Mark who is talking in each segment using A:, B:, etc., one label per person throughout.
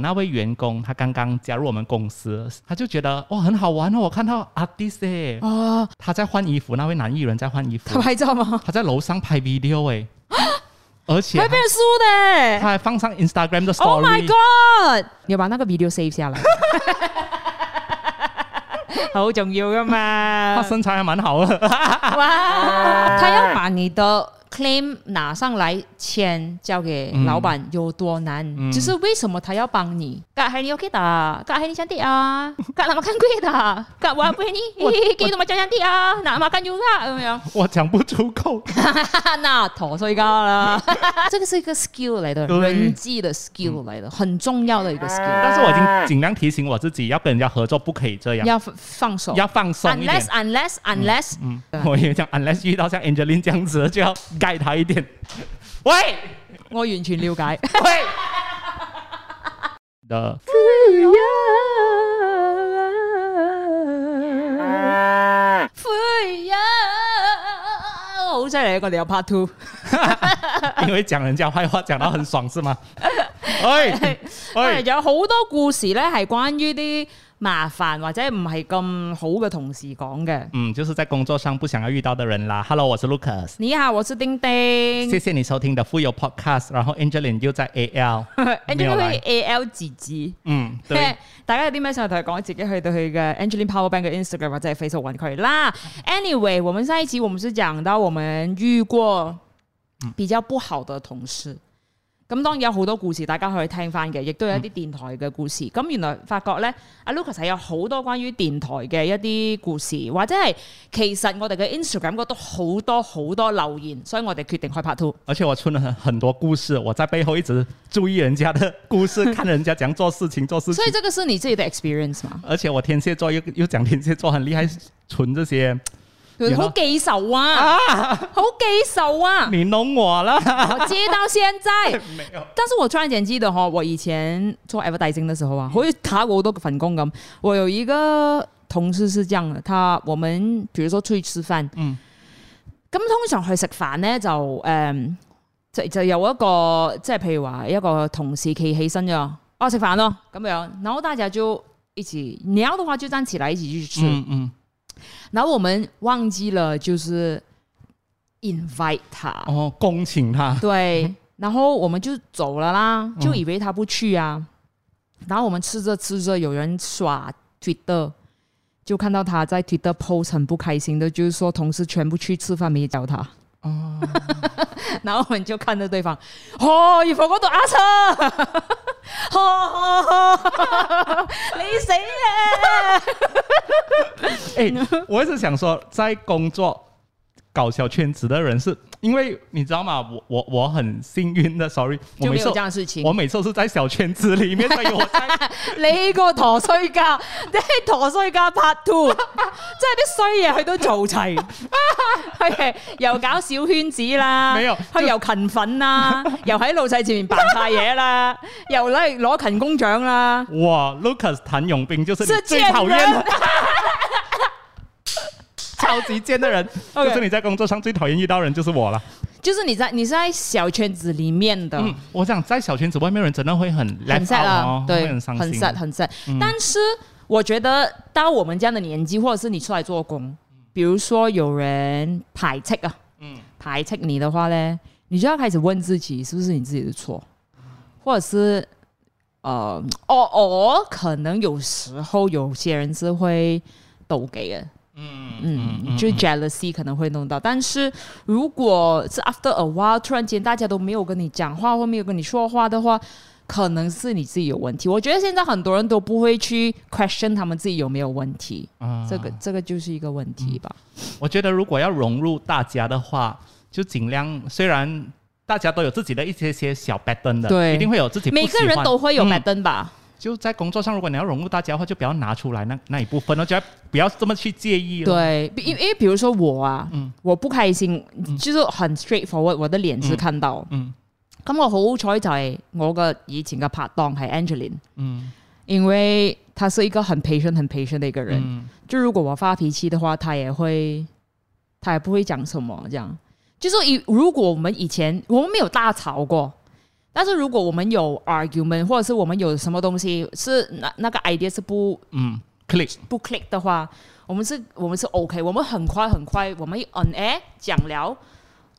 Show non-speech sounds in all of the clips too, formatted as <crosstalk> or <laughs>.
A: 那位员工他刚刚加入我们公司，他就觉得哇很好玩哦，我看到 artist 哎、
B: 哦，
A: 他在换衣服，那位男艺人在换衣服
B: 他，拍照 <laughs> 吗？
A: 他在楼上拍 video
B: <gasps>
A: 哎、而且
B: 会被人输的
A: 他还放上 Instagram 的
B: Oh my
A: story，、
B: god！你要把那個 video save 下 <laughs> 來，好重要噶嘛
A: 他？身材还蛮好的， <laughs>
B: 啊哇！他要把你的 claim 拿上来签，交给老板有多难？
A: 嗯
B: 就是為什麼他要幫你？隔係你 OK 的，隔係你想啲 <laughs> 啊，隔那麼看貴的，隔我不你， <laughs> 幾多咪真啲啊？嗱，馬跟要啦咁樣。
A: 我讲不出口。
B: 那陀衰家啦， <laughs> 这个是一个 skill 来的，
A: 对
B: 人际的 skill 来的，很重要的一个 skill，
A: 但是我已经尽量提醒我自己，要跟人家合作不可以这样，要
B: 啊要放放手。
A: 放松一点
B: Unless。unless unless，
A: 嗯
B: 对，
A: <laughs> 我也讲，unless 遇到像 Angeline 这样子的，就要盖他一点。 <laughs> 喂
B: 我完全 <laughs> 了解。
A: 喂，的
B: 灰啊，好犀利！我哋有 part two， <laughs>
A: 因为讲人家坏话讲到很爽是吗？哎
B: 哎
A: 喂
B: 我哋
A: 喂，
B: 有好多故事咧，係關於啲麻煩或者唔係咁好嘅同事講嘅。
A: 嗯，就是在工作上不想要遇到的人啦。Hello，我是 Lucas，
B: 你好，我是丁丁 <laughs>
A: 谢谢你收听的富有 Podcast，然后 Angeline 又在
B: <laughs>
A: AL，没有
B: ，Angeline
A: 来
B: A L 字字。
A: 嗯，
B: 即係
A: 对，
B: <laughs> 大家有啲咩想同佢講，自己去到佢嘅 Angeline Power Bank 嘅 Instagram 或者係 Facebook 揾佢啦。Anyway，我們上一集我們是講到我們遇過比較不好的同事。咁當然有好多故事，大家可以聽翻嘅，亦都有一啲電台嘅故事。咁、原來發覺呢，阿 Lucas 係有好多關於電台嘅一啲故事，或者係其實我哋嘅 Instagram 嗰度好多好多留言，所以我哋決定開拍 two。
A: 而且我出了很很多故事，我在背后一直注意人家的故事，看人家怎样做事情，做事情
B: 所以。這個是你自己的 experience 嘛？
A: 而且我天蝎座又又讲天蝎座很厉害，存这些，然後
B: 好記仇啊，好記仇啊！
A: 你弄我了，
B: 我
A: <laughs>
B: 接到现在。
A: 没有，
B: 但是我突然间记得哈，我以前做 advertising 的时候啊，好似打过好多份工咁。我有一个同事是这样的，他我们比如说出去吃饭，
A: 嗯，
B: 咁通常去食飯咧就誒、嗯就就有一個即係譬如話一個同事企起身咗，哦食飯咯咁樣，然後大家就一起，你要的話就站起來一起去吃。
A: 嗯嗯，
B: 然後我們忘記了就是 invite 他。
A: 哦，恭请他，
B: 对，然后我们就走了啦，就以为他不去啊。然后我们吃着吃着，有人刷 Twitter，就看到他在 Twitter post 很不开心的，就是说同事全部去吃饭没找他。然后我们就看着对方，哦，如果嗰度阿车，哦，你死啊！ <laughs>
A: 哎，我一直想说，在工作搞小圈子的人是，因为你知道吗？我我我很幸运的，sorry，我
B: 就
A: 每
B: 没有
A: 次
B: 这样的事情
A: 我。每次是在小圈子里面，所以我在
B: <laughs> 你個陀衰家， <laughs> 你係陀衰家 part two，即係啲衰嘢佢都做齊， <laughs> 係又搞小圈子啦，
A: 沒有
B: 佢又勤奮啦， <laughs> 又喺老細前面扮晒嘢啦， <laughs> 又攞攞勤工獎啦，
A: 哇，Lucas 谭咏斌就是你
B: 是
A: 最
B: 贱
A: 讨厌
B: 人
A: 的， <laughs> 超级贱的人，
B: OK
A: 就是你在工作上最讨厌遇到的人就是我了。
B: 就是你在你是在小圈子裡面的，
A: 嗯，我想在小圈子外面人真的会很
B: 很
A: left
B: sad
A: out
B: 啊
A: 哦，
B: 對，
A: 会很伤心。
B: sad 很嗯 sad。但是我覺得到我們這樣的年紀，或者是你出來做工，比如說有人排斥啊，
A: 嗯
B: 排斥你的話呢，你就要開始問自己，是不是你自己的錯，或者是呃，哦哦，可能有時候有些人是會妒忌的。嗯嗯，就 jealousy 可能會弄到，但是如果是 after a while，突然間大家都沒有跟你講話或沒有跟你說話的話，可能是你自己有問題。我覺得現在很多人都不會去 question 他們自己有沒有問題，
A: 啊嗯
B: 這個這個就是一個問題吧。
A: 我觉得如果要融入大家的话，就尽量虽然大家都有自己的一些些小 pattern 的，
B: 对
A: 一定会有自己不喜
B: 每
A: 欢
B: 個人都會有
A: 嗯
B: bad 燈吧。
A: 就在工作上，如果你要融入大家的话，就不要拿出来那那一部分，我觉得不要这么去介意了。
B: 对，因因为比如说我啊，
A: 嗯
B: 我不開心，就是很 straightforward，我的臉是看到。
A: 嗯
B: 咁、我好彩就係我嘅以前嘅拍檔係 Angeline，
A: 嗯
B: 因為他是一個很 patient、很 patient 的一個人。
A: 嗯
B: 就如果我发脾气的话，他也会，他也不会讲什么这样。就是以如果我们以前我们没有大吵过，但是如果我们有 argument，或者是我们有什么东西是那那个 idea 是不
A: 嗯，click
B: 不 click 的话，我们是我们是 OK，我们很快很快，我们一 on air 讲聊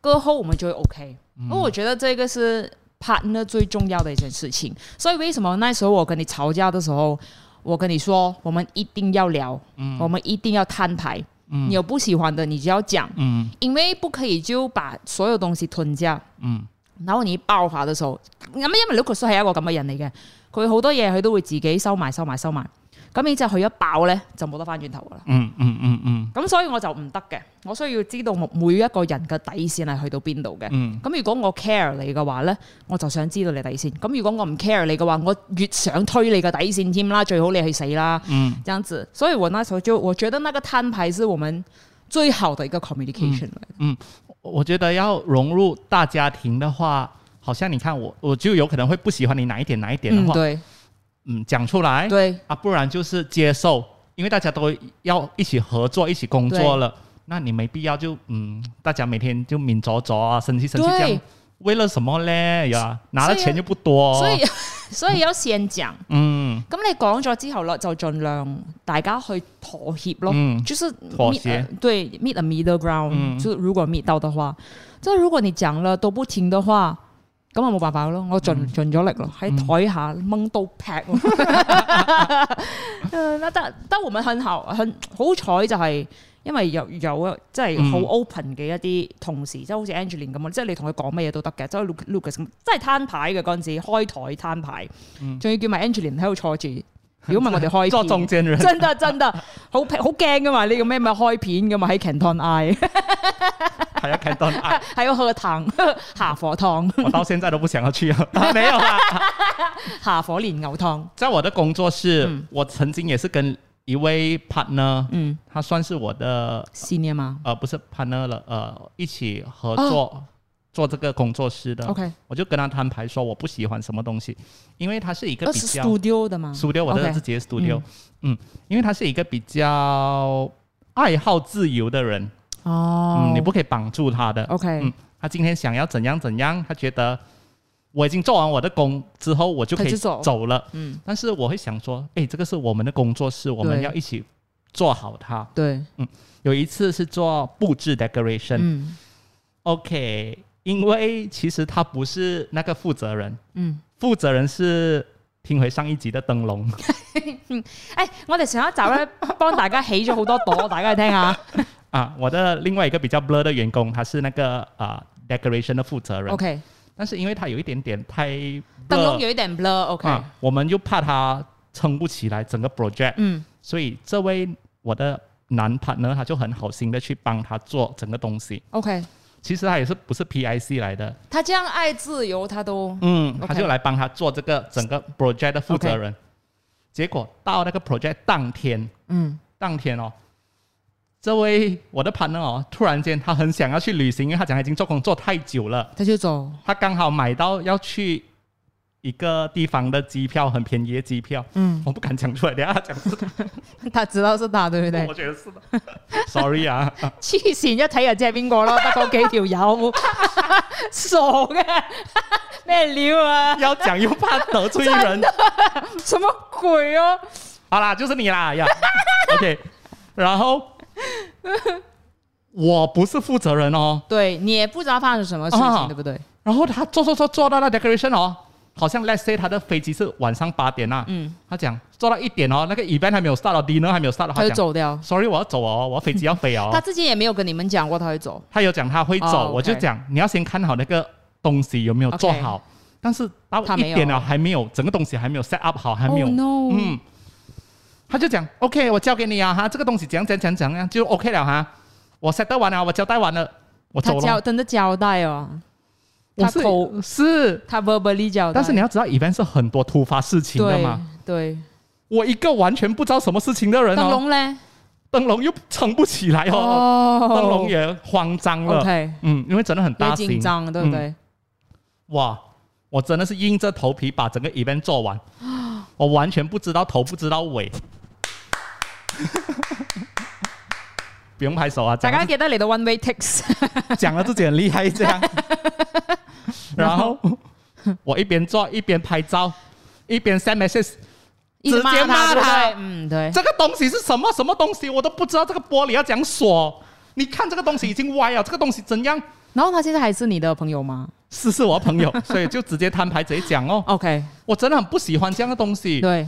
B: 过后，我们就会 OK。因为我觉得这个是 partner 最重要的一件事情，所以为什么那时候我跟你吵架的时候，我跟你说我们一定要聊，我们一定要摊牌，你有不喜欢的你就要讲，
A: 嗯
B: 因为不可以就把所有东西吞下。
A: 嗯
B: 然後你爆發嘅時候，咁因為 Lucas 係一個咁嘅人嚟嘅，佢好多嘢佢都會自己收埋收埋收埋，咁然之後佢一爆咧就冇得翻轉頭噶啦。
A: 嗯嗯嗯嗯
B: 咁所以我就唔得嘅，我需要知道每一個人嘅底線係去到邊度嘅。
A: 嗯
B: 咁如果我 care 你嘅話咧，我就想知道你底線。咁如果我唔 care 你嘅話，我越想推你嘅底線添啦，最好你去死啦，
A: 嗯
B: 這樣子。所以我那時候就我覺得那個攤牌是我們最好的一個 communication 嚟嘅。
A: 嗯，我我觉得要融入大家庭的话，好像你看我，我就有可能会不喜欢你哪一点哪一点的
B: 嗯，
A: 话，
B: 對
A: 嗯，讲出来，
B: 對。
A: 啊，不然就是接受，因为大家都要一起合作、一起工作了，那你没必要就嗯，大家每天就抿着着啊，生气生气
B: 对
A: 这样，为了什么嘞呀？拿的钱又不多，哦
B: 所以 <laughs> 所以有先講，
A: 嗯
B: 咁你講咗之後咯，就盡量大家去妥協咯，
A: 嗯
B: 就是
A: 妥
B: meet
A: 協
B: a- 對 meet a middle ground，、
A: 嗯
B: 就如果 meet 到的話，即係如果你講啦都不停的話。咁我冇辦法咯，我
A: 嗯
B: 盡盡咗力咯，喺台下掹刀劈喎。 <laughs> 誒那但但我們很好，很好彩就係因為有有即係好
A: 嗯
B: open 嘅一啲同事，即係好似 Angeline 咁啊，即係你同佢講乜嘢都得嘅，即係 Luc- Lucas 咁，即係攤牌嘅嗰陣時，開台攤牌，
A: 嗯
B: 仲要叫埋 Angeline 喺度坐住。如果唔係我
A: <laughs>
B: 哋開
A: 做
B: 片
A: 中间人，
B: <laughs> 真得真得，好好驚噶嘛！呢個咩咪開片噶嘛？喺 Canton Eye <laughs>
A: 还要开灯啊！
B: 喺度喝湯 <laughs> 下火湯、
A: 我到现在都不想要去
B: <laughs>
A: 啊，没有啊。
B: 下火蓮牛湯。
A: 在我的工作室，
B: 嗯
A: 我曾经也是跟一位 partner，
B: 嗯
A: 他算是我的
B: ，senior 嘛
A: 呃不是 partner 了，呃一起合作、
B: 哦
A: 做这个工作室的。
B: ，OK，
A: 我就跟他摊牌说我不喜欢什么东西，因为他是一个
B: 那
A: 比
B: 是
A: 较
B: studio 的嘛
A: studio，我的
B: OK
A: 自己的 studio，嗯因为他是一个比较爱好自由的人，
B: 哦
A: 嗯，你不可以绑住他的。
B: OK，
A: 嗯他今天想要怎样怎样，他觉得我已经做完我的工之后，我就可
B: 他
A: 以
B: 就走
A: 走了。
B: 嗯，
A: 但是我会想说，哎，这个是我们的工作室，我们
B: 对
A: 要一起做好它。
B: 對，
A: 有一次是做布置 decoration，、
B: 嗯
A: OK，因为其实他不是那个负责人，
B: 嗯，
A: 负责人是听回上一集的灯笼， <laughs>
B: 誒，哎我哋上一集咧 <laughs> 幫大家起咗好多 <laughs> 朵，大家去聽下。
A: 啊，我的另外一个比较 blur 的员工，他是那个啊、decoration 的负责人
B: OK，
A: 但是因为他有一点点太 blur，
B: 燈籠有一點 blur，OK，
A: 啊，我们就怕他撑不起来整个 project，、
B: 嗯
A: 所以这位我的男 partner 他就很好心的去帮他做整个东西，
B: ，OK，
A: 其实他也是不是 PIC 来的，
B: 他這樣愛自由，他都
A: 嗯，
B: OK
A: 他就来帮他做这个整个 project 的负责人。结果到那个 project 当天，
B: 嗯
A: 当天哦，这位我的 partner 哦，突然间他很想要去旅行，因为他讲他已经做工做太久了，
B: 他就走，
A: 他刚好买到要去一个地方的机票，很便宜的机票。
B: 嗯，
A: 我不敢讲出来，等一下他讲是
B: <laughs> 他知道是他對不對
A: 我？觉得是的 <laughs> ，sorry 啊，
B: 黐線，一睇就知係邊
A: <laughs>
B: 個咯，得嗰幾條友， <laughs> 傻嘅， <laughs> 咩料啊？
A: 要讲又怕得罪人，
B: 什麼鬼啊？
A: 好啦，就是你啦呀 <laughs> ，OK，然后我不是负责人哦，
B: 對你也不知道發生什麼事情，
A: 啊
B: 對不對？
A: 然后他做做做做到那 decoration 哦，好像 let's say 他的飞机是晚上八点呐、
B: 嗯，
A: 他讲做到一点哦，那个 event 还没有 start 哦，dinner 还没有 start 哦，他
B: 他就
A: 讲
B: 走掉，
A: sorry 我要走哦，我要飞机要飞哦
B: <laughs> 他，之前也沒有跟你們講過他會走。
A: 他有讲他会走，
B: 哦，OK
A: 我就讲你要先看好那个东西有没有做好但是
B: 他
A: 到一
B: 没有
A: 点了还没有，整个东西还没有 set up 好，还没有
B: Oh no！
A: 嗯，他就讲 OK 我交给你啊哈，这个东西怎样怎样怎样怎样就 OK 了哈，我 set 完了，我交代完了，我
B: 他
A: 走
B: 交
A: 了，
B: 真的交代哦，
A: 我
B: 他口
A: 是是。
B: 他 verbally 交代。
A: 但是你要知道，event 是很多突发事情的
B: 對
A: 嘛。
B: 對
A: 我一个完全不知道什么事情的人
B: 燈
A: 哦，
B: 籠咧，
A: 灯笼又撑不起来哦，
B: 哦，
A: 灯笼也慌张了。
B: OK，
A: 嗯，因为真的很
B: 有
A: 大型
B: 緊。張，啊對不對？
A: 哇，我真的是硬着头皮把整个 event 做 <gasps> 完，我完全不知道头不知道尾。不用拍手啊，
B: 大
A: 讲
B: 家
A: 了
B: 記得嚟
A: <laughs>
B: 到 one way takes，
A: 讲了自己很厉害这样。然后我一边做一边拍照，一边 send message。
B: 一直
A: 直接骂
B: 对不
A: 他
B: 对嗯，对，
A: 这个东西是什么什么东西，我都不知道这个玻璃要怎样锁。你看这个东西已经歪了，这个东西怎样？
B: 然后他现在还是你的朋友吗
A: 是是我朋友，所以就直接摊牌直接讲哦，
B: ？OK，
A: 我真的很不喜欢这样的东西。
B: 对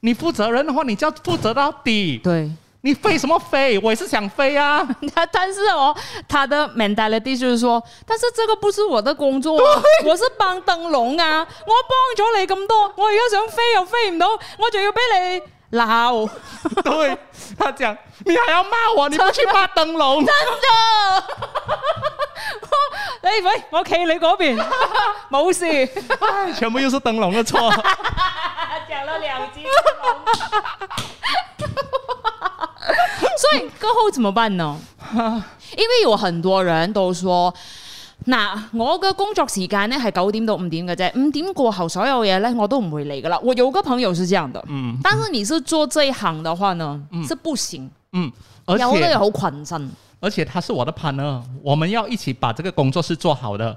A: 你负责任的话，你就要负责到底。
B: 对，
A: 你飞什么飞？我也是想飞啊。
B: 他 <laughs> 但是哦，他的 mentality 就是说，但是这个不是我的工作、啊，我是幫燈籠啊，我幫咗你咁多，我而家想飛又飛唔到，我仲要俾你鬧，
A: <laughs> 对他讲，你还要骂我，你不去骂灯笼，
B: 你喂，我企你嗰邊，冇事，
A: 哎全部又是灯笼的
B: <laughs>
A: 错。
B: 讲了兩支所以過後怎麼
A: <laughs>
B: 辦呢？因為有很多人都說。嗱，我嘅工作時間咧係九點到五點嘅啫，五點過後所有嘢咧我都唔會嚟噶啦。我有個朋友是這樣的，
A: 嗯
B: 但是你是做这一行的话呢，是不行，
A: 嗯，而
B: 有得
A: 且嗯
B: 好困身。
A: 而且他是我的 partner，我们要一起把这个工作是做好的。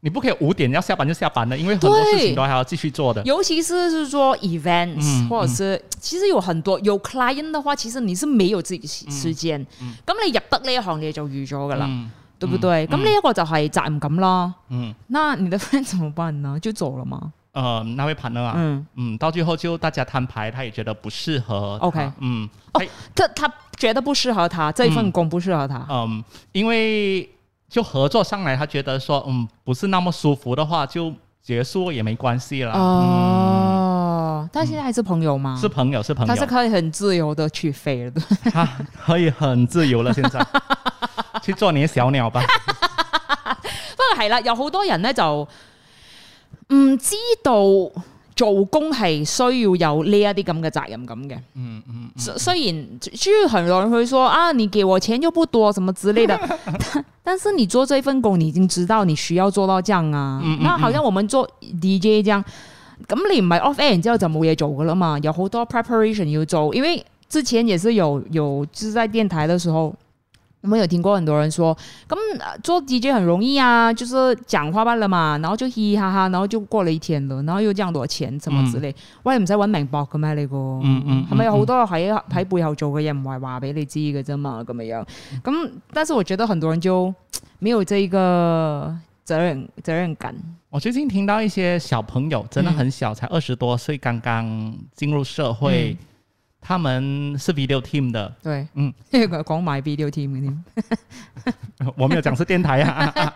A: 你不可以五点要下班就下班的，因为很多
B: 对
A: 事情都还要继续做的。
B: 尤其是是说 events，、
A: 嗯
B: 或者是其實有很多有 client 的話，其實你是沒有自己時時間。咁、你入得呢一行，你就預咗噶啦，
A: 嗯
B: 對不對？咁呢一個就係責任感啦。
A: 嗯
B: 那你的 <laughs> friend 怎麼辦呢？就走了嗎？
A: 呃，那位 partner 啊，
B: 嗯，
A: 嗯，到最后就大家摊牌，他也觉得不适合他。
B: OK
A: 嗯，
B: 哦
A: 他
B: 他他覺得不適合他，這一份工不適合他。
A: 嗯，因为就合作上来，他觉得说，嗯，不是那么舒服的话，就结束也没关系了。嗯，
B: 哦，但現在還是朋友嗎？
A: 是朋友，是朋
B: 他
A: 友，
B: 是可以很自由的去飛的。
A: <laughs>
B: <laughs>
A: 他可以很自由了。现在去做你的小鸟吧。
B: 不過係啦，有好多人咧就唔知道做工係需要有呢一啲咁嘅責任感嘅。
A: 嗯嗯，
B: 雖雖然就很多人會說啊，你給我錢又不多，什麼之
A: <laughs>
B: 類的，但但是你做這份工，你已經知道你需要做到這樣啊。
A: 嗯嗯
B: 那好像我們做 DJ 這樣，咁你唔係 off air 然之後就冇嘢做噶啦嘛，有好多 preparation 要做，因為之前也是有有就是在電台的時候。我們有聽過很多人說，咁呃做 DJ 很容易啊，就是講話罷了嘛，然後就嘻嘻哈哈，然後就過了一天了，然後又這樣多錢，什麼之類。喂，唔使揾明博嘅咩？你個
A: 嗯嗯
B: 係咪有好多喺喺背後做嘅嘢，唔係話俾你知嘅啫嘛？咁樣
A: 嗯
B: 咁，但是我覺得很多人就沒有這一個責任責任感。
A: 我最近听到一些小朋友，真的很小，才二十多岁，刚刚进入社会，
B: 嗯
A: 他们是 video team 的，
B: 對，
A: 嗯，
B: 因為佢 <laughs> 講埋 video team 嘅添。
A: <laughs> 我没有讲是电台啊，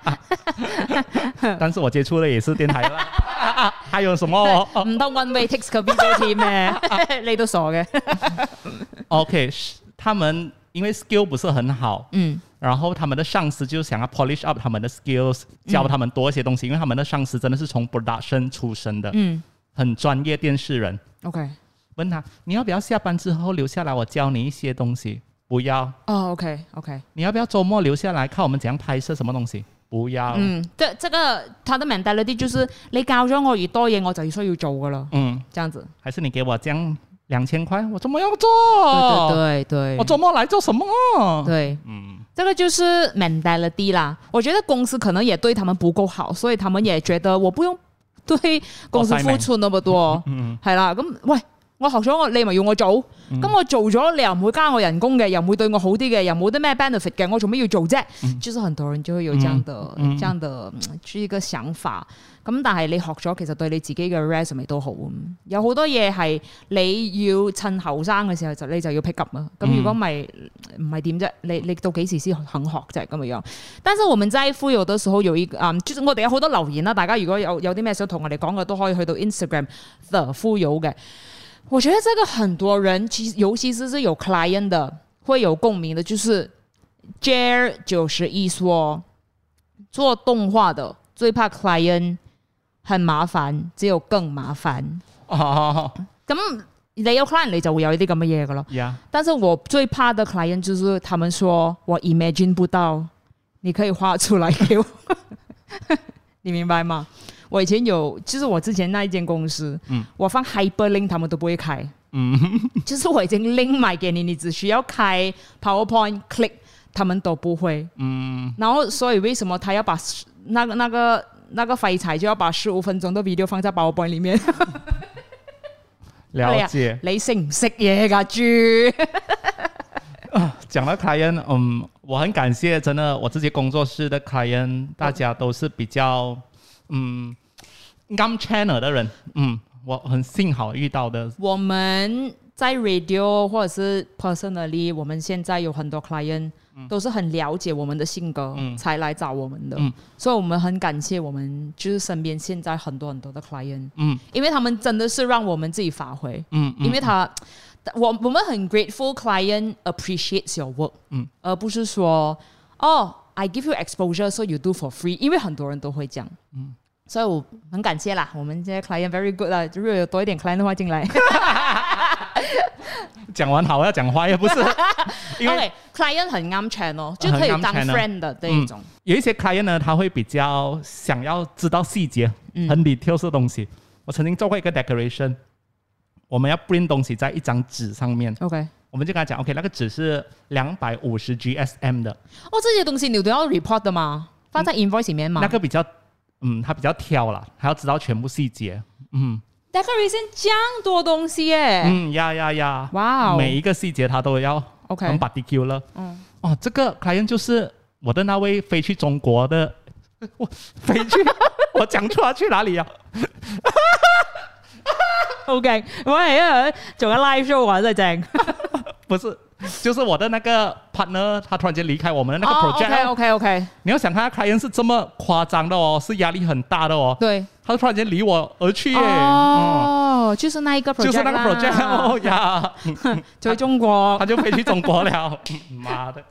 A: <laughs> 但是我接触的也是电台
B: <laughs>
A: 啦。啊还有什么
B: 唔得 one way takes 個 video team 咩？ <laughs> 你都傻嘅。
A: ？OK，是他们因为 skill 不是很好，
B: 嗯
A: 然后他们的上司就想要 polish up 他们的 skills，教
B: 嗯
A: 他们多一些东西，因为他们的上司真的是从 production 出身的，
B: 嗯
A: 很专业电视人。
B: ，OK，
A: 问他你要不要下班之后留下来，我教你一些东西？不要。
B: 哦，OK OK，
A: 你要不要周末留下来看我们怎样拍摄什么东西？不要。
B: 嗯，即即個他的 mentality 就是你教咗我越多嘢，我就需要做噶啦，
A: 嗯
B: 這樣子。
A: 还是你给我这样两千块，我怎么要做？
B: 對對對
A: 我周末来做什么？
B: 對對。
A: 嗯，
B: 这个就是 mentality 啦。我觉得公司可能也对他们不够好，所以他们也觉得我不用对公司付出那么多
A: 嗯
B: 系啦。咁喂，我學咗我，你咪要我做，咁、我做咗，你又唔會加我人工嘅，又唔會對我好啲嘅，又冇啲咩 benefit 嘅，我做咩要做啫？就是很多人就會有這樣的、
A: 嗯嗯
B: 這樣的嗯一個想法。咁但係你學咗，其實對你自己嘅 resume 都好。嗯有好多嘢係你要趁後生嘅時候就你就要 pick up 啊。咁
A: 嗯
B: 如果唔係唔係點啫？你你到幾時先肯學啫？咁樣。但是我們在乎有的時候有一個嗯，就是我哋有好多留言啦。大家如果有有啲咩想同我哋講嘅，都可以去到 Instagram the 富有嘅。我覺得這個很多人，其實尤其是是有 client 的會有共鳴的，就是 Jer 九十一說，做動畫的最怕 client 很麻煩，只有更麻煩。
A: 哦
B: 咁你有 client 你就會有呢啲咁嘅嘢噶咯。
A: 呀，
B: 但是我最怕的 client 就是他們說我 imagine 不到，你可以畫出來給我， <laughs> 你明白嗎？我以前有，就是我之前那一間公司，
A: 嗯
B: 我放 hyperlink 他們都不會開，
A: 嗯
B: <laughs> 就是我已經 link 埋給你，你只需要開 PowerPoint click，他們都不會。
A: 嗯
B: 然後所以為什麼他要把那個那個那个废柴就要把十五分钟的 video 放在 PowerPoint 里面。哎
A: 了
B: <laughs>
A: 解。
B: 你識唔識嘢噶豬？
A: 讲到 client，嗯，我很感谢，真的，我自己工作室的 client，大家都是比较，嗯，刚 channel 的人，嗯，我很幸好遇到的，
B: 我们在 radio 或者是 personally，我们现在有很多 client 都是很了解我们的性格，
A: 嗯
B: 才来找我们的，
A: 嗯
B: 所以我们很感谢我们就是身边现在很多很多的 client，
A: 嗯
B: 因为他们真的是让我们自己发挥，
A: 嗯
B: 因
A: 嗯
B: 为他我我们很 grateful client appreciates your work，
A: 嗯
B: 而不是说哦 I give you exposure so you do for free，因为很多人都会这样，
A: 嗯
B: 所以我很感谢啦，我们这些 client very good 啦，如果有多一点 client 的话进来。
A: 讲完好要讲坏，也不是，因为
B: OK client 很啱 channel，就可以
A: 很啱
B: 当
A: channel
B: friend 的这一种。
A: 有一些 client 呢，他会比较想要知道细节，很 details 的东西。我曾经做过一个 decoration，我们要 print 东西在一张纸上面，
B: OK，
A: 我们就跟他讲，OK，那个纸是两百五十 GSM 的，
B: 哦，这些东西你都要 report 的嘛，放在 invoice 里面嘛。
A: 那个比较，嗯，他比较挑啦，还要知道全部细节。嗯
B: decoration 这样多东西耶，
A: 嗯，呀呀呀，
B: 哎哇哦
A: 每一个细节他都要
B: OK
A: 很 particular。
B: 嗯，
A: 哦，这个 client 就是我的那位飞去中国的， <laughs> 我飞去， <laughs> 我讲错了啊去哪里呀、
B: ，OK，喂啊，做个 live show 啊，真係正。
A: 不是，就是我的那个 partner，他突然间离开我们的那个 project，、啊
B: 哦，OK OK OK，
A: 你要想看他 client 是这么夸张的哦，是压力很大的哦，
B: 对，
A: 他突然间离我而去耶，
B: 哦，就是那一个
A: 嗯，就是
B: project
A: 那个
B: 啦
A: project 哦呀，
B: 在中国
A: <laughs> 他就飞去中国
B: <laughs>
A: 了，妈的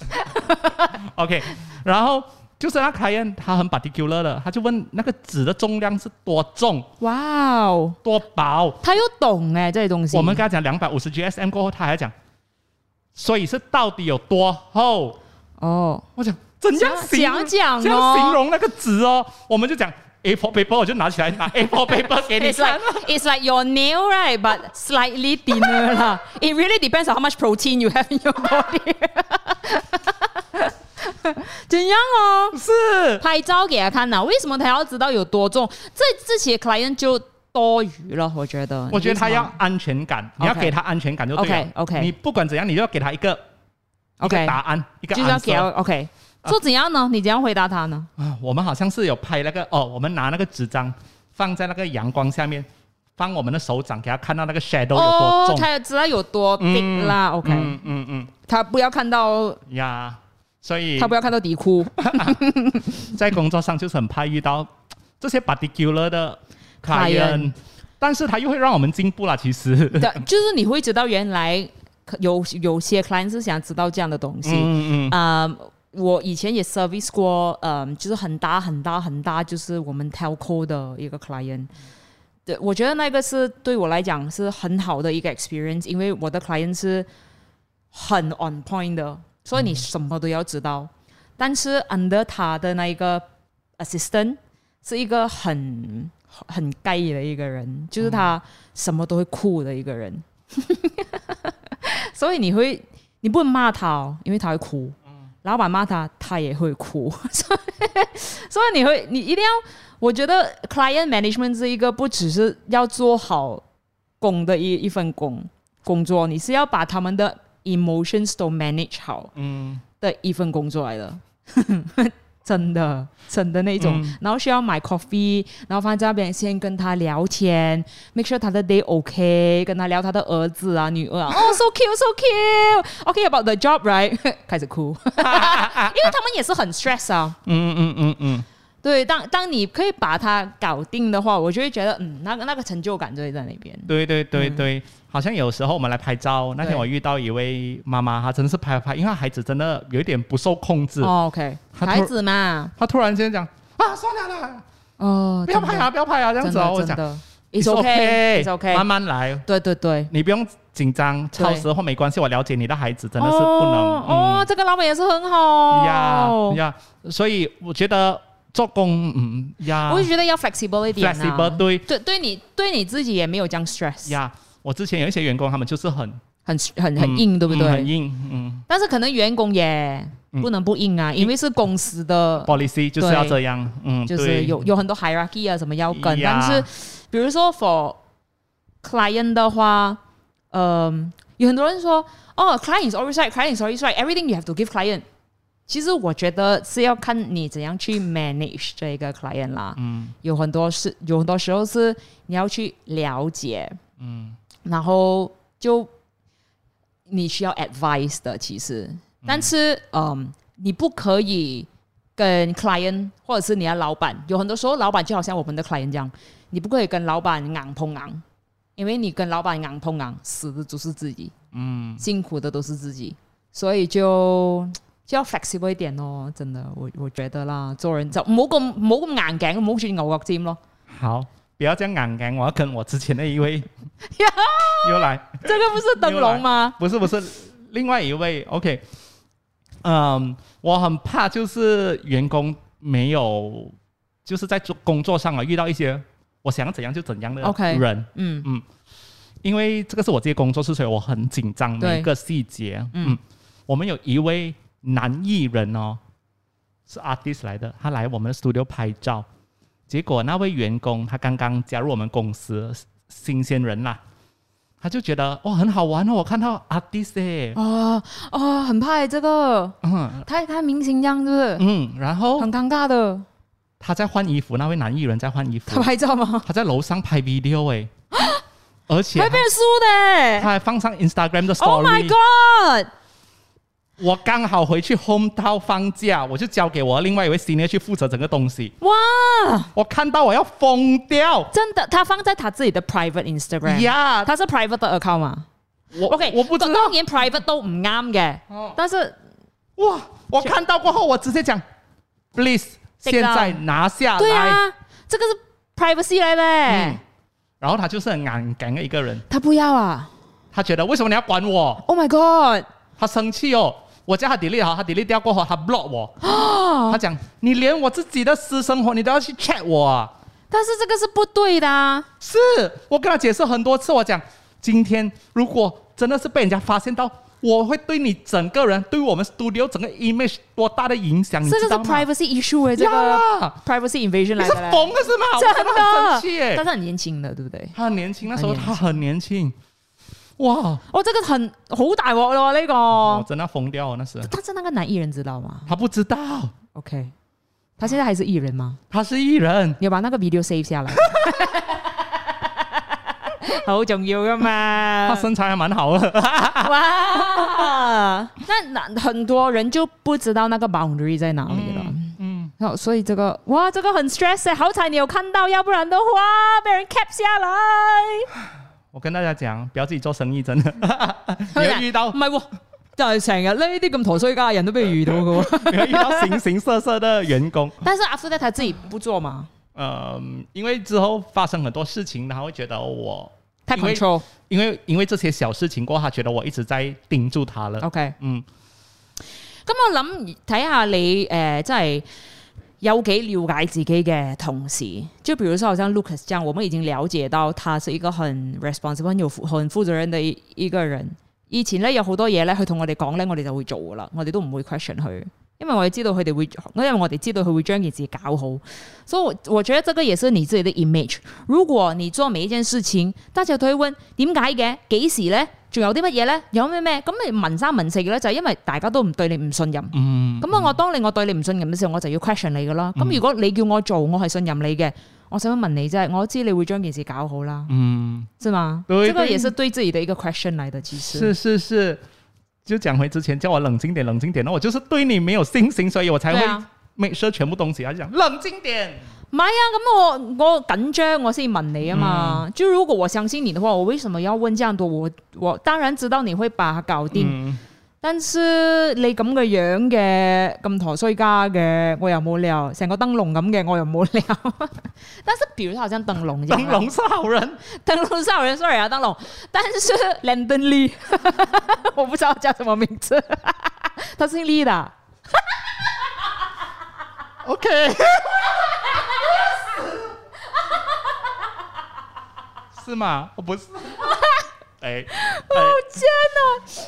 A: <laughs> ，OK，然后就是那 client 他很 particular 的，他就问那个纸的重量是多重
B: 哇哦，
A: 多薄，
B: 他又懂哎，这些东西。
A: 我们跟他讲两百五十 GSM 过后，他还讲，所以是到底有多厚？
B: 哦，
A: 我讲怎样形容
B: 讲讲
A: 这样
B: 哦
A: 形容那个纸哦，我们就讲 A4 paper，我就拿起来
B: <laughs>
A: 拿 A4 paper 给你
B: It's
A: 看
B: like。it's like your nail, right? But slightly thinner lah. It really depends on how much protein you have in your body. <laughs> 怎样哦？
A: 是，
B: 拍照给他看呐、为什么他要知道有多重？这这些 client 就多余了，我觉得。
A: 我觉得他要
B: 你
A: 安全感，你要
B: OK
A: 给他安全感就对了。
B: OK，OK
A: 你不管怎样，你就要给他一个一
B: OK
A: 个答案，一个
B: 就是要
A: answer
B: 给他 OK。说怎样呢？你怎样回答他呢？
A: 啊，我们好像是有拍那个哦，我们拿那个纸张放在那个阳光下面，放我们的手掌，给他看到那个 shadow 有多
B: 哦，
A: 重。
B: 他也知道有多 big 啦。OK，、
A: 嗯嗯嗯
B: 他不要看到
A: 呀，所以
B: 他不要看到底裤。
A: 在工作上就是很怕遇到这些 particular 的
B: Client
A: client，但是他又会让我们进步啦。其实，
B: 对，就是你会知道原来可有有些 client 是想知道这样的东西。
A: 嗯嗯
B: 啊，我以前也 service 过，嗯，就是很大很大很大，就是我们 telco 的一个 client。对，我觉得那个是对我来讲是很好的一个 experience，因为我的 client 是很 on point 的，所以你什么都要知道。但是 under 他的那一个 assistant 是一个很很该的一个人，就是他什么都会酷的一个人， <laughs> 所以你会你不能骂他哦，因为他会哭。老板骂他，他也会哭， <laughs> 所以所以你会，你一定要，我觉得 client management 这一个不只是要做好工的一一份工工作，你是要把他们的 emotions 都 manage 好，
A: 嗯，
B: 的一份工作来的， <laughs> 真的真的那种。然后需要买 coffee，然后放在那边先跟他聊天，make sure 他的 day OK，跟他聊他的儿子啊、女儿啊，哦、so cute，so cute，OK、about the job right，开始 <laughs> 哭，因为他们也是很 stress 啊。
A: 嗯嗯嗯嗯
B: 对，当当你可以把它搞定的话，我就会觉得，嗯，那个那个成就感就会在那边。
A: 对对对对，好像有时候我们来拍照，那天
B: 对
A: 我遇到一位妈妈，她真的是拍拍，因为她孩子真的有一点不受控制，
B: 哦，OK，
A: 他突
B: 孩子嘛，
A: 她突然间讲啊，算了啦，
B: 哦，
A: 不要拍啊，不要拍啊，这样
B: 真
A: 子哦，
B: 的
A: 我
B: 真
A: 讲
B: 的，it's OK，it's OK，
A: 慢慢来，
B: 对对对。
A: 你不用紧张，
B: 对
A: 超时或没关系，我了解你的孩子真的是不能
B: 哦，哦这个老板也是很好
A: 嗯
B: 哦
A: 呀呀，所以我觉得做工，嗯呀
B: 我就觉得要 flexible 一点、啊、
A: ，flexible 对
B: 对，对你对你自己也没有这样 stress，、
A: 呀。我之前有一些员工，他们就是很
B: 很很很硬，
A: 嗯
B: 对不对？
A: 嗯很硬，嗯
B: 但是可能员工也不能不硬啊，因为是公司的
A: policy 就是要这样，嗯，
B: 呃就是
A: 对
B: 有有很多 hierarchy 啊，什么要跟。
A: 呀
B: 但是比如说 for client 的话，嗯、有很多人说，哦，client is always right，client is always right，everything you have to give client。其实我觉得是要看你怎样去 manage 这一个 client 啦。
A: 嗯
B: 有很多是有很多时候是你要去了解，
A: 嗯
B: 然后就你需要 advice 的，其实，但是嗯你不可以跟 client 或者是你的老板，有很多时候老板就好像我们的 client 这样，你不可以跟老板硬碰硬，因为你跟老板硬碰硬，死的都是自己，
A: 嗯，
B: 辛苦的都是自己，所以就。就要 flexible 一點咯，真的，我我覺得啦，做人就唔好咁唔好咁硬頸，唔好好似牛角尖咯。
A: 好，不要这样硬干，我要跟我之前的一
B: <laughs>
A: 位又来，
B: 這個不是燈籠
A: <laughs>
B: 嗎？
A: 不是不是，另外一位 OK，嗯，我很怕就是员工没有就是在做工作上啊遇到一些我想怎样就怎样的
B: OK
A: 人
B: 嗯
A: 因为这个是我自己工作室，所以我很紧张
B: 对
A: 每一个细节。
B: 嗯
A: 嗯我们有一位男艺人哦，是 artist 来的，他来我们的 studio 拍照，结果那位员工他刚刚加入我们公司，新鲜人啦，他就觉得哇很好玩哦，我看到 artist 哎、
B: 哦哦，很怕欸这个，
A: 嗯
B: 太太明星样是不是？
A: 嗯，然后
B: 很尴尬的，
A: 他在换衣服，那位男艺人在换衣
B: 他
A: 服，
B: 拍
A: <laughs>
B: 照吗？
A: 他在楼上拍 video 哎、 <gasps> 而且
B: 还被人输的
A: 他
B: 欸
A: 还放上 Instagram 的啊 <laughs> story。
B: ！Oh my god！
A: 我刚好回去 home town 放假，我就交给我另外一位 senior 去负责整个东西。
B: 哇，
A: 我看到我要疯掉
B: 真的，他放在他自己的 private Instagram，
A: 呀
B: 他是 private 的 account 嘛
A: 我
B: ？OK，
A: 我不知道
B: 当然 private 都唔啱嘅
A: 哦，
B: 但是
A: 哇！我看到过后，我直接讲，please，
B: Take
A: 现在拿下
B: 对
A: 来。
B: 啊，这个是 privacy
A: 嗯
B: 来呗，，
A: 然后他就是很敢敢的一个人，
B: 他不要啊
A: 他觉得为什么你要管我？
B: ！Oh my god！
A: 他生气哦。我叫他 delete 好，他 delete 掉过后，他 block 我。
B: 啊
A: 他讲你连我自己的私生活你都要去 check 我啊！
B: 但是这个是不对的啊，
A: 是我跟他解释很多次，我讲今天如果真的是被人家发现到，我会对你整个人，对我们 studio 整个 image 多大的影响，你
B: 这
A: 嗯知
B: 个
A: 道
B: 是
A: 吗？
B: privacy issue 哎，这个
A: 呀啦，
B: privacy invasion
A: 你
B: 来
A: 是
B: 的嘞。
A: 疯了是吗？我
B: 真
A: 真的很
B: 的
A: 生气欸耶
B: 但！是很年轻的，对不对？
A: 他很年轻，那时候
B: 很年
A: 他
B: 轻
A: 很年轻，哇，
B: 哦，这个很好大镬咯，呢、
A: 我
B: 个。
A: 真的疯掉了哦那时，
B: 但是那个男艺人知道吗
A: 他不知道
B: ？OK，他现在还是艺人吗？
A: 他是艺人，
B: 你要把那个 video save 下来， <laughs> 好重要噶
A: 他
B: 嘛？
A: 身材还蛮好的，
B: 哇！ <laughs> 那那很多人就不知道那个 boundary 在哪里了。
A: 嗯，
B: 然后所以这个哇，这个很 stress 哎、好彩你有看到，要不然的话被人 cap 下 <laughs> 来。
A: 我跟大家讲，不要自己做生意，真的，你会遇到
B: 唔係喎，就係成日呢啲咁陀衰家嘅人都俾佢遇到嘅 <laughs> 喎。
A: 你会遇到形形色色的员工。
B: 但是 after that 他自己不做嘛，
A: 嗯，因为之后发生很多事情，他会觉得我
B: 太
A: 因为
B: control。
A: 因为因为这些小事情过后，他觉得我一直在盯住他了。
B: OK，
A: 嗯，
B: 咁我諗睇下你誒、呃真係有幾了解自己嘅同時，就比如說好像 Lucas 這樣，我們已經了解到他是一個很 responsible、很有負很負責任的一一個人。以前咧有好多嘢咧，佢同我哋講咧，我哋就會做噶啦，我哋都唔會 question 佢，因為我哋知道佢哋會，因為我哋知道佢會將件事搞好。所以我我覺得這個也是你自己的 image。如果你做每一件事情，大家都會問點解嘅，幾時咧，仲有啲乜嘢咧，有咩咩咁你問三問四嘅咧，就係因為大家都唔對你唔信任。
A: 嗯
B: 咁啊，我當你我對你唔信任嘅時候，我就要 question 你噶啦。咁如果你叫我做，我係信任你嘅，我想問你啫，我知你會將件事搞好啦，
A: 嗯，
B: 是嘛？
A: 對
B: 這個
A: 對
B: 也是對自己的一個 question 嚟的，其實
A: 是是是，就讲回之前叫我冷静点，冷静点，那我就是对你没有信心，所以我才
B: 對
A: 会
B: 啊。
A: make sure 全部东西，他就讲冷静点。
B: 唔係啊，咁我我緊張，我先問你啊嘛。
A: 嗯
B: 就如果我相信你的話，我為什麼要問這樣多？我我當然知道你會把它搞定，
A: 嗯，
B: 但是你咁嘅樣嘅咁陀衰家嘅，我又冇理由成個燈籠咁嘅，我又冇理由。 <laughs> 但是比如說好像燈籠一樣啊
A: 灯笼是好人，
B: 灯 <laughs> 笼上有人 sorry 啊，灯笼，但是 Landon Lee，我不知道叫什么名字， <laughs> 他姓 Lee 的啊。
A: <laughs> OK。是吗？我不是， <laughs> 诶，哎
B: 好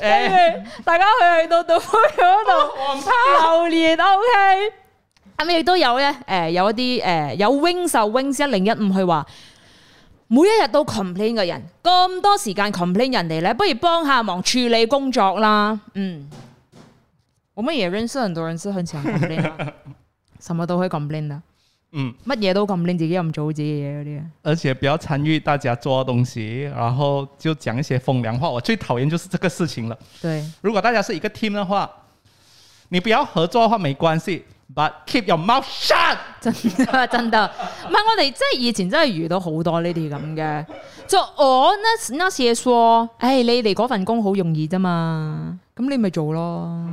A: 诶
B: 正啊！跟住大家去去到到去嗰度
A: 哎 <laughs> 我唔啊
B: 留言 OK。咁亦都有咧，誒、有一啲誒、有 wings 啊 wings 一零一五佢話，每一日都 complain 嘅人，咁多時間 complain 人哋咧，不如幫下忙處理工作啦。嗯，我們也認識很多人是很喜歡 complain，啊
A: <laughs>
B: 什麼都可以 complain 啦，
A: 嗯，
B: 乜嘢都 complain，自己又唔做自己嘢嗰啲啊。
A: 而且不要参与大家做的东西，然后就讲一些风凉话。我最讨厌就是这个事情了。
B: 對，
A: 如果大家是一个 team 的话，你不要合作的话没关系，but keep your mouth shut。
B: <laughs> 真的真的，唔係我哋真係以前真係遇到好多呢啲咁嘅。就我那那些說，誒、你哋嗰份工好容易啫嘛，咁你咪做咯，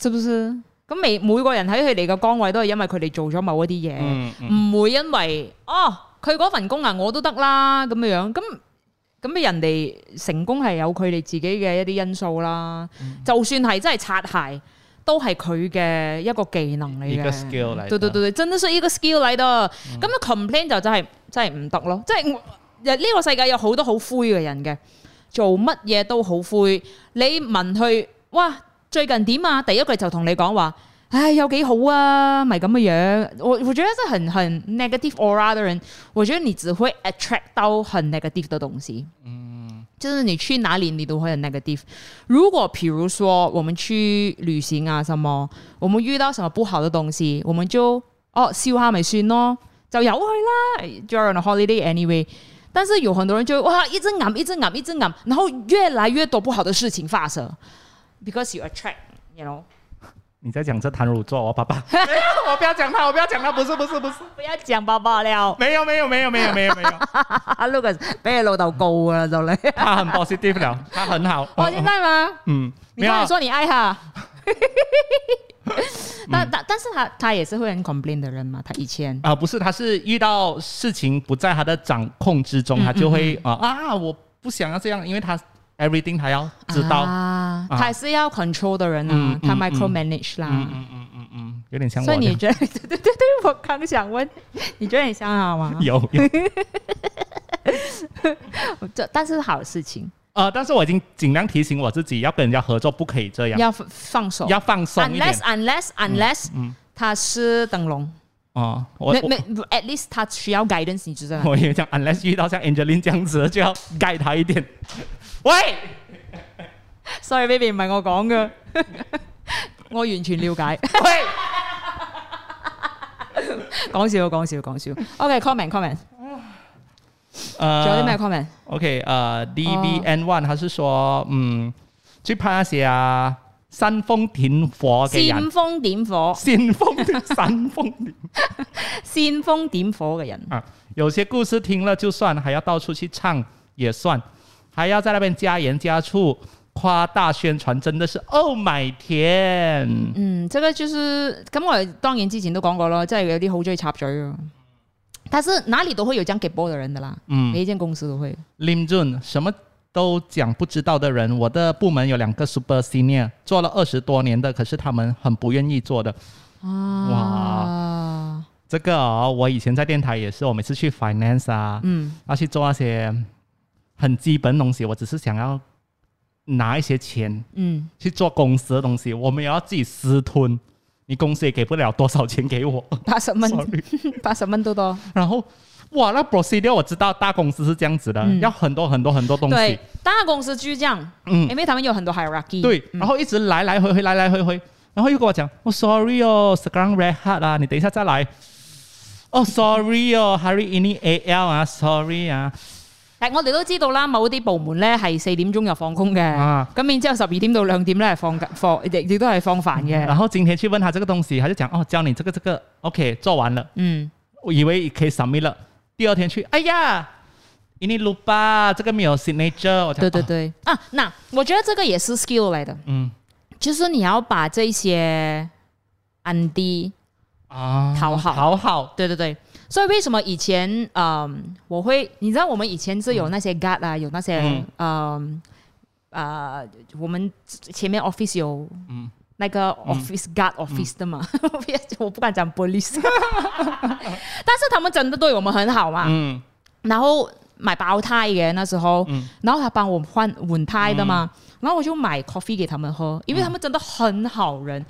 B: 是不是？咁每每個人喺佢哋嘅崗位都係因為佢哋做咗某一啲嘢，唔、
A: 嗯嗯
B: 會因為哦佢嗰份工啊我都得啦咁樣樣咁。咁人哋成功係有佢哋自己嘅一啲因素啦，
A: 嗯
B: 就算係真係擦鞋，都係佢嘅一個技能嚟嘅，
A: 一個 skill 嚟嘅
B: 對對對對，真係需要一個 skill 嚟的。咁啊 complain 就真係真係唔得咯，即係我呢個世界有好多好灰嘅人嘅，做乜嘢都好灰。你問佢，哇，最近點啊？第一句就同你講話。唉，有幾好啊，咪咁嘅樣。我我覺得真係很很 negative aura 的人，我覺得你只會 attract 到很 negative 的東西。就是你去哪里你都会很 negative。如果比如说我们去旅行啊什么，我们遇到什么不好的东西，我们就哦笑下咪算咯，就由佢啦。You're on a holiday anyway。但是有很多人就哇一直按一直按一直按，然后越来越多不好的事情发生，because you attract，you know。
A: 你在讲这摊乳座哦，爸爸。 <laughs> 没有，我不要讲他，我不要讲他，不是不是不是，
B: 不要讲爸爸 <laughs> 了，
A: 没有没有没有没有没有没有，
B: 啊 Lucas 俾你老豆告㗎啦就你。
A: 他很 positive 了，他很好。
B: <laughs> 哦，你爱吗？
A: 嗯，
B: 你
A: 没有
B: 刚
A: 啊
B: 才说你爱他，啊 <laughs> 但但但是他他也是会很 complain 的人嘛，他以前
A: 啊，不是，他是遇到事情不在他的掌控之中，他就
B: 嗯
A: 会啊啊，我不想要这样，因为他 everything 他要知道。
B: 啊，
A: 啊
B: 他也是要 control 的人啊
A: 嗯，
B: 他
A: 嗯
B: micromanage
A: 嗯
B: 啦，
A: 嗯嗯嗯嗯，有点像我
B: 所
A: 的。
B: 以你觉得 <laughs> 对对对对，我刚想问，你觉得你像
A: <laughs>
B: 他吗？
A: 有有
B: 这但是好事情，
A: 呃，但是我已经尽量提醒我自己，要跟人家合作不可以这样，
B: 要放放手
A: 要放松一点
B: ，unless。unless unless 他是灯笼，
A: 哦、我
B: 没
A: 我
B: 没 at least 他需要 guidance，你知道 <laughs> 吗？
A: 我 <laughs> 也讲，unless 遇到像 Angeline 这样子的，就要盖他一点。 <laughs> 喂，
B: Sorry，baby，唔係我講嘅， <laughs> 我完全了解。 <laughs> 喂，講笑，講笑，講笑。OK，comment，comment，仲
A: 呃，
B: 有啲咩 comment？
A: ？OK，呃，DBN One 他是说，嗯，最怕那些啊煽风点火嘅
B: 煽
A: 人，
B: 風點火，
A: 煽风煽风点
B: 煽風點火嘅人，
A: 啊， <laughs> 有些故事听了就算，还要到处去唱也算，还要在那边加盐加醋。夸大宣传真的是 Oh my 天！
B: 嗯，即係就是咁，我哋當然之前都講過啦，即係有啲好中意插嘴啊。但是哪裡都會有這樣給波的人的啦，
A: 嗯
B: 每一間公司都會。
A: Lim Jun 什么都讲不知道的人，我的部门有两个 super senior 做了二十多年的，可是他们很不愿意做的。
B: 啊，
A: 这个哦，我以前在电台也是，我每次去 finance 啊，
B: 嗯，
A: 要去做那些很基本的东西，我只是想要拿一些钱
B: 嗯，
A: 去做公司的东西，我们也要自己私吞，你公司也给不了多少钱给我 <laughs>
B: 八十蚊，
A: ，sorry。
B: <laughs> 八十蚊都多。
A: 然后哇，那 procedure 我知道大公司是这样子的，
B: 嗯
A: 要很多很多很多东西
B: 對，，大公司就是這樣，
A: 嗯
B: 因。為他們有很多 hierarchy。
A: 对，然后一直来来回回，来来回回，然后又跟我讲，哦，sorry 哦，sekarang rehat 啊，你等一下再来。哦，sorry 哦，hari ini AL 啊，sorry 啊，
B: 但我哋都知道啦，某啲部門咧係四點鐘就放工嘅，
A: 啊
B: 咁然之後十二點到兩點咧係放放，亦亦都係放飯
A: 然
B: 嘅。
A: 后今天去问他这个东西，他就讲，哦，教你这个这个，OK，做完了，
B: 嗯，
A: 我以为可以 submit 了，第二天去，哎呀，ini lupa 这个没有 signature，我讲，
B: 對對
A: 哦，
B: 對。啊，那我覺得這個也是 skill 嚟的，
A: 嗯
B: 就是你要把這些 n d
A: 啊，
B: 讨好
A: 讨好，
B: 对对对，所以为什么以前嗯、我会，你知道我们以前是有那些 g u t 啊，有那些嗯
A: 嗯
B: 啊、我们前面 office 有
A: 嗯
B: 那个 office guard office 的嘛， <laughs> 我不敢 <laughs> 啊讲 police，但是他们真的对我们很好嘛。
A: 嗯
B: 然后买包胎嘅那时候，
A: 嗯
B: 然后他帮我换稳胎的嘛，然后我就买 coffee 给他们喝，因为他们真的很好人，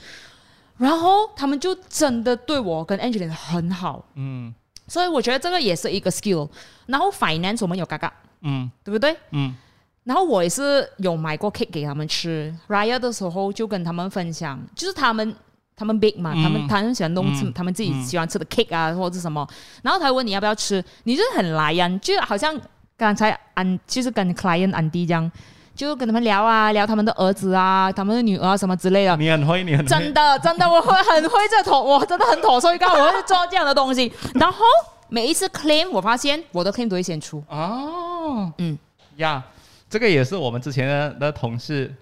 B: 然后他们就真的对我跟 Angelina 很好，
A: 嗯
B: 所以我觉得这个也是一个 skill。然后 finance 我们有嘎嘎，
A: 嗯
B: 对不对？
A: 嗯
B: 然后我也是有买过 cake 给他们吃，Raya 的时候就跟他们分享，就是他们他们 big 嘛，
A: 嗯
B: 他们他们喜欢弄吃、
A: 嗯
B: 他们自己喜欢吃的 cake 啊、或者是什么，然后他问你要不要吃，你就是很来呀，就好像刚才安就是跟 client 安迪这样，就跟他们聊啊，聊他们的儿子啊，他们的女儿啊什么之类的。
A: 你很会，你很
B: 真
A: 会，
B: 的，真的，我会很会这妥，我真的很妥，所以刚我会做这样的东西。然后每一次 claim，我发现我的 claim 都会先出。
A: 哦，
B: 嗯
A: 呀，这个也是我们之前的的同事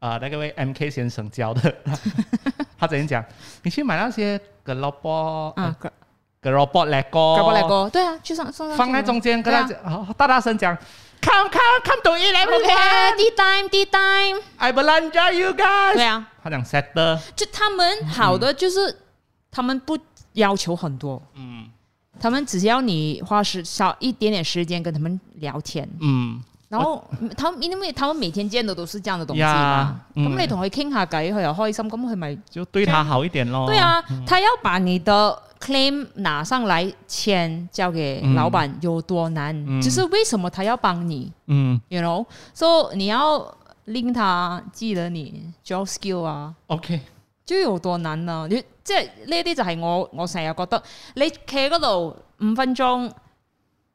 A: 啊、那个位 M K 先生教的。 <laughs> 他之前讲，你去买那些哎格萝卜、
B: 啊，
A: 格萝卜来哥、
B: 搞不来，过，对啊，就上送上去
A: 放在中间，跟他
B: 对
A: 讲，哦大大声讲，Come come come to eat everything,
B: OK，D time D time，
A: I belanja you
B: 对
A: guys。
B: 啊，
A: 他讲 set 的，
B: 就他们好的就是、他们不要求很多，
A: 嗯
B: 他们只要你花时少一点点时间跟他们聊天，
A: 嗯
B: 然後他們因為他們每天見到都是這樣嘅東西嘛
A: 呀，
B: 咁、
A: 嗯
B: 你同佢傾下偈，佢又開心，咁佢咪
A: 就对他好一点咯。
B: 對，啊，他要把你的 claim 拿上來簽交給老闆有多難，
A: 嗯
B: 就是為什麼他要幫你
A: 嗯
B: ，you know，so, 你要令他記得你 job skill 啊。
A: ，OK，
B: 主要有多難啊！你即係呢啲就係我我成日覺得你企喺嗰度五分鐘，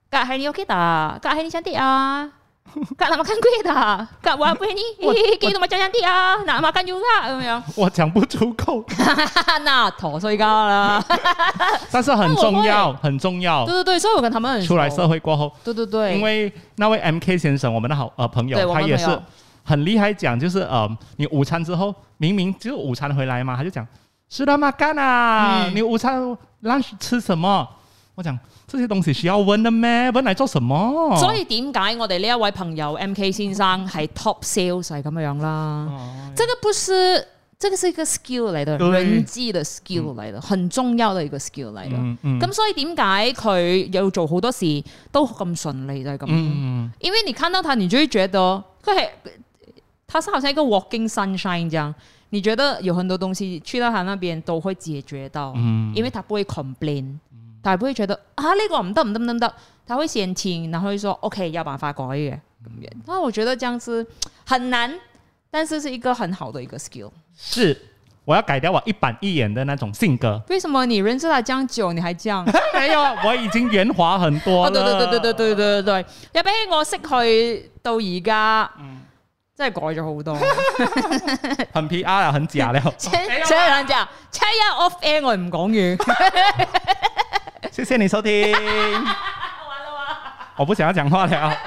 B: 隔喺你屋企打，隔喺你想啲啊，隔諗緊佢打，隔
A: <laughs>
B: 話俾你，咦幾多咪爭爭啲啊，嗱馬緊要啦咁樣， <laughs>
A: 我讲不出口，
B: 嗱陀衰家啦，
A: <laughs> 但是很
B: 那我
A: 重
B: 会
A: 要，很重要
B: 對。對對，所以我跟他們很熟
A: 出来社，会过后，
B: 對對對，
A: 因为那位 M K 先生，我们的好呃朋
B: 对
A: 友，
B: 我们
A: 他也
B: 朋友
A: 是很厉害，讲就是呃，你午餐之后明明就午餐回来嘛，他就讲是的嘛，干啊，
B: 嗯
A: 你午餐 lunch 吃什么？我讲这些东西需要问的咩？问来做什么？
B: 所以點解我哋呢一位朋友 M K 先生係 top sales 係咁樣啦。
A: 哦
B: 这个不是，这个是一个 skill 嚟的，
A: 对
B: 人际的 skill 嚟的，很重要的一個 skill 嚟的。
A: 嗯嗯
B: 咁、所以點解佢有做好多事都咁順利就係咁？
A: 嗯
B: 因為你看到他，你就會覺得佢係，他是好像一個 walking sunshine 这樣。你覺得有很多東西去到他那邊都會解決到，
A: 嗯
B: 因為他不會 complain，但係不會覺得啊呢、個唔得唔得唔得唔得，他會先聽，然後會說 OK 有辦法改嘅咁樣。那我覺得這樣子很難，但是是一個很好的一個 skill。
A: 是我要改掉我一板一眼的那种性格。
B: 為什麼你認識他這樣久，你還這樣？ <laughs>
A: 没有，我已經圆滑很多
B: 哦，
A: 了。
B: 對對對對對對對對，又比起我識佢到而家，真係改咗好多。
A: 很 PR 啊，很假
B: <laughs>
A: 了。
B: 請請兩隻，請一 off air 我唔講嘢。 <laughs>
A: 谢谢你收听。我不想要讲话了。